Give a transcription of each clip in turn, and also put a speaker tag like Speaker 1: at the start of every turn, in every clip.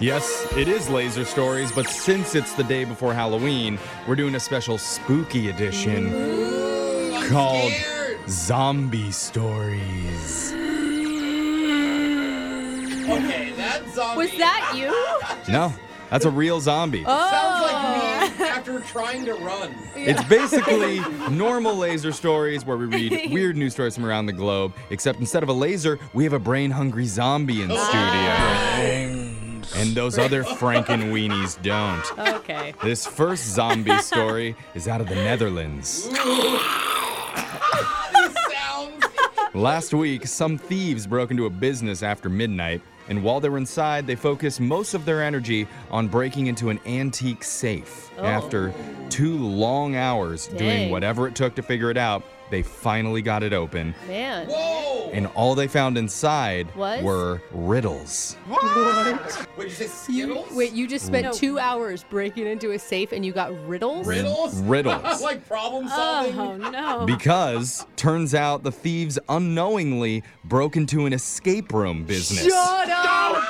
Speaker 1: Yes, it is Laser Stories, but since it's the day before Halloween, we're doing a special spooky edition called Zombie Stories.
Speaker 2: Okay, that zombie
Speaker 3: Was that you?
Speaker 1: No, that's a real zombie.
Speaker 2: sounds
Speaker 3: Oh.
Speaker 2: like me after trying to run.
Speaker 1: It's basically normal laser stories where we read weird news stories from around the globe, except instead of a laser, we have a brain hungry zombie in studio. And those other Franken weenies don't.
Speaker 3: Okay.
Speaker 1: This first zombie story is out of the Netherlands.
Speaker 2: This sounds
Speaker 1: Last week, some thieves broke into a business after midnight, and while they were inside, they focused most of their energy on breaking into an antique safe. After two long hours doing
Speaker 3: Oh. Dang.
Speaker 1: whatever it took to figure it out, they finally got it open,
Speaker 3: Man.
Speaker 2: whoa.
Speaker 1: and all they found inside
Speaker 3: Was?
Speaker 1: were riddles.
Speaker 2: Would you say Skittles?
Speaker 3: Wait, you just spent two hours breaking into a safe and you got riddles?
Speaker 2: riddles?
Speaker 1: Riddles.
Speaker 2: like problem solving.
Speaker 3: Oh, no.
Speaker 1: Because turns out the thieves unknowingly broke into an escape room business.
Speaker 3: Shut up!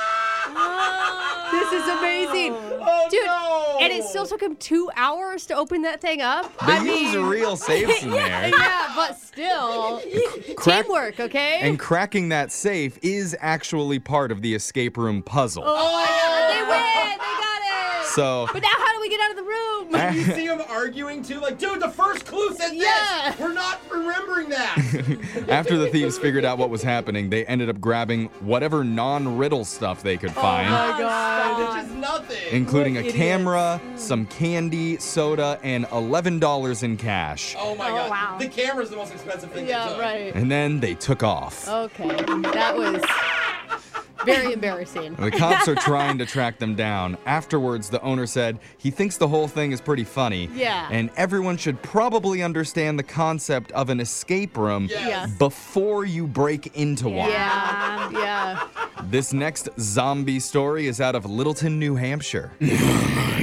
Speaker 3: This is amazing.
Speaker 2: Oh,
Speaker 3: Dude,
Speaker 2: no.
Speaker 3: and it still took him two hours to open that thing up?
Speaker 1: They
Speaker 3: I
Speaker 1: use
Speaker 3: mean,
Speaker 1: real safes in there.
Speaker 3: yeah, but still.
Speaker 1: Crack-
Speaker 3: Teamwork, okay?
Speaker 1: And cracking that safe is actually part of the escape room puzzle.
Speaker 2: Ah!
Speaker 3: they win! They got it!
Speaker 1: So
Speaker 3: but now how do we get out of the room?
Speaker 2: you see him arguing too, like, dude, the first clue said this.
Speaker 3: Yeah.
Speaker 2: We're not remembering that.
Speaker 1: after the thieves figured out what was happening, they ended up grabbing whatever non-riddle stuff they could find.
Speaker 3: Oh,
Speaker 2: It's just nothing.
Speaker 1: Including a camera, some candy, soda, and $11 in cash.
Speaker 2: oh my
Speaker 3: Oh,
Speaker 2: god.
Speaker 3: wow.
Speaker 2: The camera's the most expensive thing. they
Speaker 3: Yeah,
Speaker 2: took.
Speaker 3: right.
Speaker 1: And then they took off.
Speaker 3: Okay, that was very embarrassing.
Speaker 1: The cops are trying to track them down. Afterwards, the owner said he thinks the whole thing is pretty funny.
Speaker 3: Yeah.
Speaker 1: And everyone should probably understand the concept of an escape room
Speaker 2: Yes.
Speaker 3: Yeah.
Speaker 1: before you break into one.
Speaker 3: Yeah, yeah.
Speaker 1: This next zombie story is out of Littleton, New Hampshire.
Speaker 2: Oh.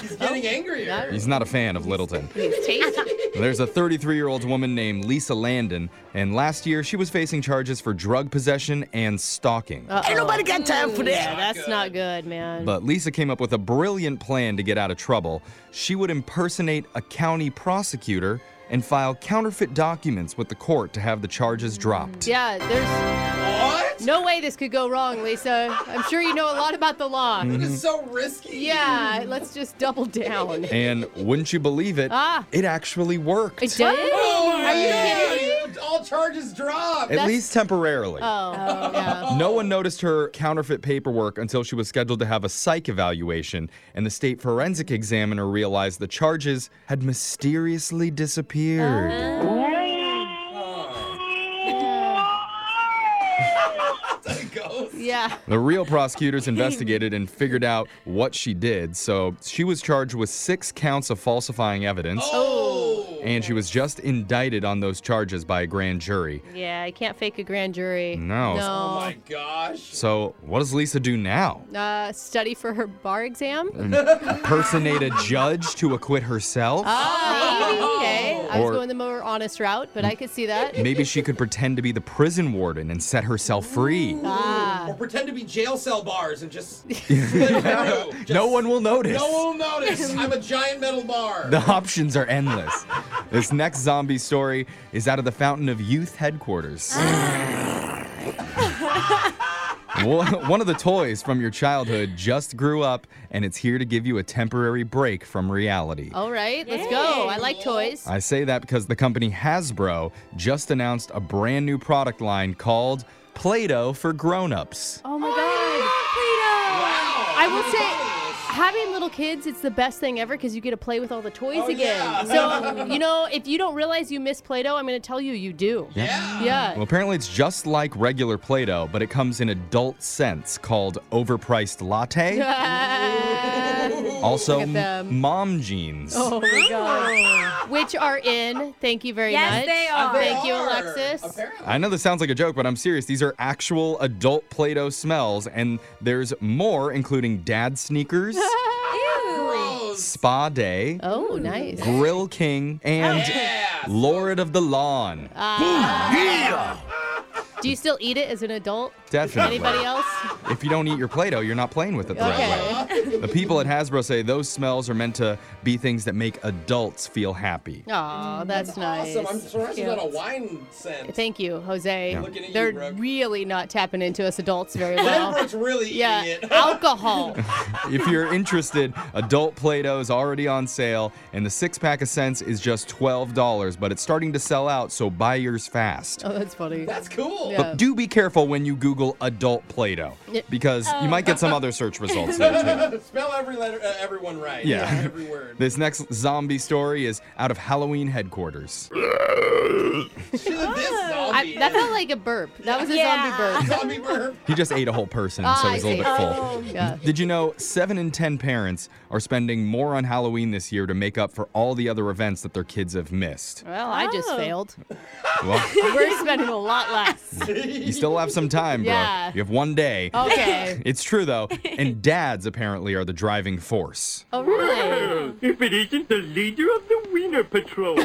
Speaker 2: He's getting
Speaker 3: Oh.
Speaker 2: angrier.
Speaker 1: He's not a fan of Littleton.
Speaker 3: It's tasty.
Speaker 1: There's a 33 year old woman named Lisa Landon, and last year she was facing charges for drug possession and stalking.
Speaker 3: Ain't nobody got time for that. Yeah, that's not good, man.
Speaker 1: But Lisa came up with a brilliant plan to get out of trouble. She would impersonate a county prosecutor and file counterfeit documents with the court to have the charges dropped.
Speaker 3: yeah, there's
Speaker 2: What?
Speaker 3: no way this could go wrong, Lisa. I'm sure you know a lot about the law.
Speaker 2: This is
Speaker 1: Mm-hmm.
Speaker 2: so risky.
Speaker 3: Yeah, let's just double down.
Speaker 1: And wouldn't you believe it?
Speaker 3: Ah.
Speaker 1: It actually worked.
Speaker 3: It did?
Speaker 2: Oh my
Speaker 3: Are you
Speaker 2: God.
Speaker 3: kidding?
Speaker 2: All charges dropped.
Speaker 1: At least temporarily.
Speaker 3: Oh, yeah.
Speaker 1: No one noticed her counterfeit paperwork until she was scheduled to have a psych evaluation, and the state forensic examiner realized the charges had mysteriously disappeared.
Speaker 2: It goes.
Speaker 3: Yeah.
Speaker 1: The real prosecutors investigated and figured out what she did, so she was charged with six counts of falsifying evidence.
Speaker 2: Oh.
Speaker 1: And she was just indicted on those charges by a grand jury.
Speaker 3: Yeah, you can't fake a grand jury.
Speaker 1: No.
Speaker 2: Oh
Speaker 3: No.
Speaker 2: my gosh.
Speaker 1: So, what does Lisa do now?
Speaker 3: Uh, study for her bar exam?
Speaker 1: Impersonate a judge to acquit herself?
Speaker 3: Maybe.
Speaker 2: Oh.
Speaker 3: Okay. I was
Speaker 1: Or-
Speaker 3: going the more honest route, but I could see that.
Speaker 1: Maybe she could pretend to be the prison warden and set herself free.
Speaker 3: Ah.
Speaker 2: Or pretend to be jail cell bars and just. slip through. Just-
Speaker 1: No one will notice.
Speaker 2: No one will notice. I'm a giant metal bar.
Speaker 1: The options are endless. this next zombie story is out of the Fountain of Youth headquarters. One one of the toys from your childhood just grew up, and it's here to give you a temporary break from reality.
Speaker 2: Oh.
Speaker 3: All right, let's go. I like toys.
Speaker 1: I say that because the company Hasbro just announced a brand new product line called Play Doh for Grown Ups.
Speaker 3: Oh my god.
Speaker 2: Wow.
Speaker 3: I will say having little kids it's the best thing ever cuz you get to play with all the toys
Speaker 2: Oh,
Speaker 3: again.
Speaker 2: yeah.
Speaker 3: So, you know, if you don't realize you miss Play-Doh, I'm going to tell you you do.
Speaker 2: Yeah.
Speaker 3: Yeah.
Speaker 1: Well, apparently it's just like regular Play Doh, but it comes in adult scents called overpriced latte. Also,
Speaker 3: Look at them.
Speaker 1: mom jeans.
Speaker 3: oh my god. Which are in. Thank you very
Speaker 4: Yes,
Speaker 3: much.
Speaker 4: they are.
Speaker 2: They
Speaker 3: Thank you,
Speaker 2: are,
Speaker 3: Alexis.
Speaker 2: Apparently.
Speaker 1: I know this sounds like a joke, but I'm serious. These are actual adult Play Doh smells, and there's more, including dad sneakers,
Speaker 2: Gross.
Speaker 1: spa day,
Speaker 3: Oh, nice.
Speaker 1: grill king, and
Speaker 2: Yeah.
Speaker 3: Uh,
Speaker 1: lord of the lawn.
Speaker 3: Ah. Do you still eat it as an adult?
Speaker 1: Definitely.
Speaker 3: Anybody else?
Speaker 1: If you don't eat your Play-Doh, you're not playing with it the right
Speaker 3: Okay.
Speaker 1: way. The people at Hasbro say those smells are meant to be things that make adults feel happy.
Speaker 3: Oh, that's, nice.
Speaker 2: Awesome. I'm surprised it's not a
Speaker 3: Cute.
Speaker 2: wine scent.
Speaker 3: Thank you, Jose.
Speaker 2: Looking at you,
Speaker 3: They're
Speaker 2: Brooke.
Speaker 3: really not tapping into us adults very well.
Speaker 2: Everyone's really
Speaker 3: yeah,
Speaker 2: eating it.
Speaker 3: alcohol.
Speaker 1: If you're interested, adult Play-Doh is already on sale, and the six-pack of scents is just $12, but it's starting to sell out, so buy yours fast.
Speaker 3: Oh, that's funny.
Speaker 2: That's cool.
Speaker 3: Yeah.
Speaker 1: But do be careful when you Google adult Play-Doh,
Speaker 3: Yeah.
Speaker 1: because you might get some other search results there, too.
Speaker 2: Spell every letter, uh, everyone right.
Speaker 1: Yeah.
Speaker 2: Every word.
Speaker 1: This next zombie story is out of Halloween headquarters.
Speaker 2: Shoot, this
Speaker 3: Ah, I,
Speaker 2: zombie.
Speaker 3: that felt like a burp. That was a
Speaker 4: Yeah.
Speaker 3: zombie burp.
Speaker 2: zombie burp.
Speaker 1: He just ate a whole person,
Speaker 3: Ah,
Speaker 1: so
Speaker 3: I
Speaker 1: he's a little
Speaker 3: see.
Speaker 1: bit full.
Speaker 3: Yeah.
Speaker 1: Did you know seven in 10 parents are spending more on Halloween this year to make up for all the other events that their kids have missed?
Speaker 3: Well, I just
Speaker 4: Oh.
Speaker 3: failed.
Speaker 1: Well,
Speaker 3: We're spending a lot less.
Speaker 1: you still have some time, bro.
Speaker 3: Yeah.
Speaker 1: You have one day.
Speaker 3: Okay.
Speaker 1: It's true, though. And dads apparently are the driving force.
Speaker 3: Oh, really?
Speaker 5: If it isn't the leader of the Wiener Patrol.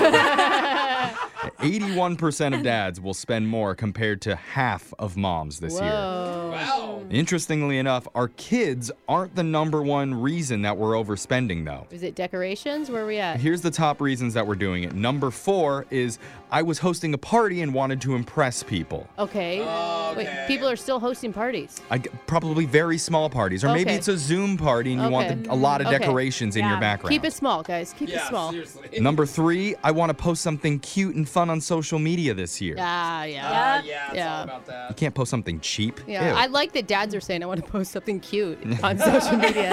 Speaker 1: 81% of dads will spend more compared to half of moms this year.
Speaker 3: Whoa.
Speaker 2: Wow.
Speaker 1: Interestingly enough, our kids aren't the number one reason that we're overspending, though.
Speaker 3: Is it decorations? Where are we at?
Speaker 1: Here's the top reasons that we're doing it. Number four is I was hosting a party and wanted to impress people.
Speaker 3: Okay.
Speaker 2: Uh, Okay.
Speaker 3: Wait, people are still hosting parties.
Speaker 1: I g probably very small parties, or maybe
Speaker 3: Okay.
Speaker 1: it's a Zoom party and you want
Speaker 3: Okay.
Speaker 1: the, a lot of
Speaker 3: Okay.
Speaker 1: decorations in your
Speaker 4: Yeah.
Speaker 1: background.
Speaker 3: Keep it small, guys. Keep
Speaker 2: Yeah,
Speaker 3: it small.
Speaker 2: seriously.
Speaker 1: Number three, I want to post something cute and fun on social media this year.
Speaker 3: Ah, yeah.
Speaker 2: Uh, yeah, it's
Speaker 3: Yeah.
Speaker 2: all about
Speaker 1: You
Speaker 2: that.
Speaker 1: can't post something cheap.
Speaker 3: Yeah,
Speaker 1: Ew.
Speaker 3: I like that dads are saying I want to post something cute on social media.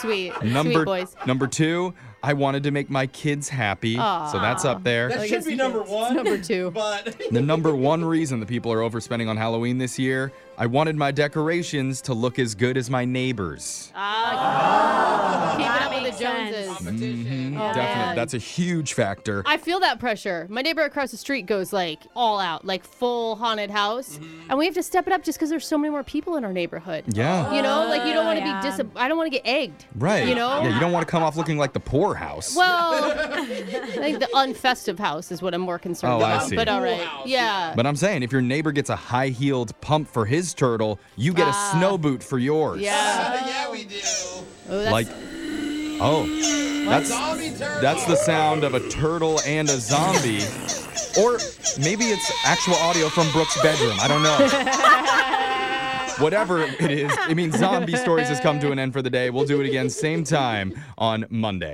Speaker 3: Sweet.
Speaker 1: number
Speaker 3: Sweet boys.
Speaker 1: number two, I wanted to make my kids happy, so that's up there.
Speaker 2: That
Speaker 3: I
Speaker 2: should
Speaker 3: guess
Speaker 2: be
Speaker 3: you
Speaker 2: number
Speaker 3: can-
Speaker 2: one.
Speaker 3: number two.
Speaker 2: But
Speaker 1: The number one reason that people are overspending on Halloween this year, I wanted my decorations to look as good as my neighbors.
Speaker 3: Uh, Keeping
Speaker 4: that
Speaker 3: up with
Speaker 4: makes
Speaker 3: the Joneses.
Speaker 4: sense.
Speaker 2: competition.
Speaker 3: Oh,
Speaker 1: Definitely.
Speaker 3: man.
Speaker 1: That's a huge factor.
Speaker 3: I feel that pressure. My neighbor across the street goes like all out, like full haunted house, and we have to step it up just because there's so many more people in our neighborhood.
Speaker 1: yeah.
Speaker 3: You know, like you don't
Speaker 2: Oh,
Speaker 3: want to
Speaker 4: Yeah.
Speaker 3: be dis. I don't want to get egged.
Speaker 1: Right.
Speaker 3: You know.
Speaker 1: Yeah, you don't want to come off looking like the poorhouse.
Speaker 3: Well, like the unfestive house is what I'm more concerned
Speaker 1: Oh, I
Speaker 3: about.
Speaker 1: see.
Speaker 3: But all
Speaker 2: Cool
Speaker 3: right,
Speaker 2: house,
Speaker 3: yeah.
Speaker 1: but I'm saying if your neighbor gets a high heeled pump for his turtle, you get a snow boot for yours.
Speaker 3: Ah. Yeah.
Speaker 2: Uh, yeah, we do.
Speaker 3: Oh, that's,
Speaker 1: Like Oh. That's
Speaker 2: Zombie turtle.
Speaker 1: that's the sound of a turtle and a zombie. or maybe it's actual audio from Brooke's bedroom. I don't know. Whatever it is, it means zombie stories has come to an end for the day. We'll do it again same time on Monday.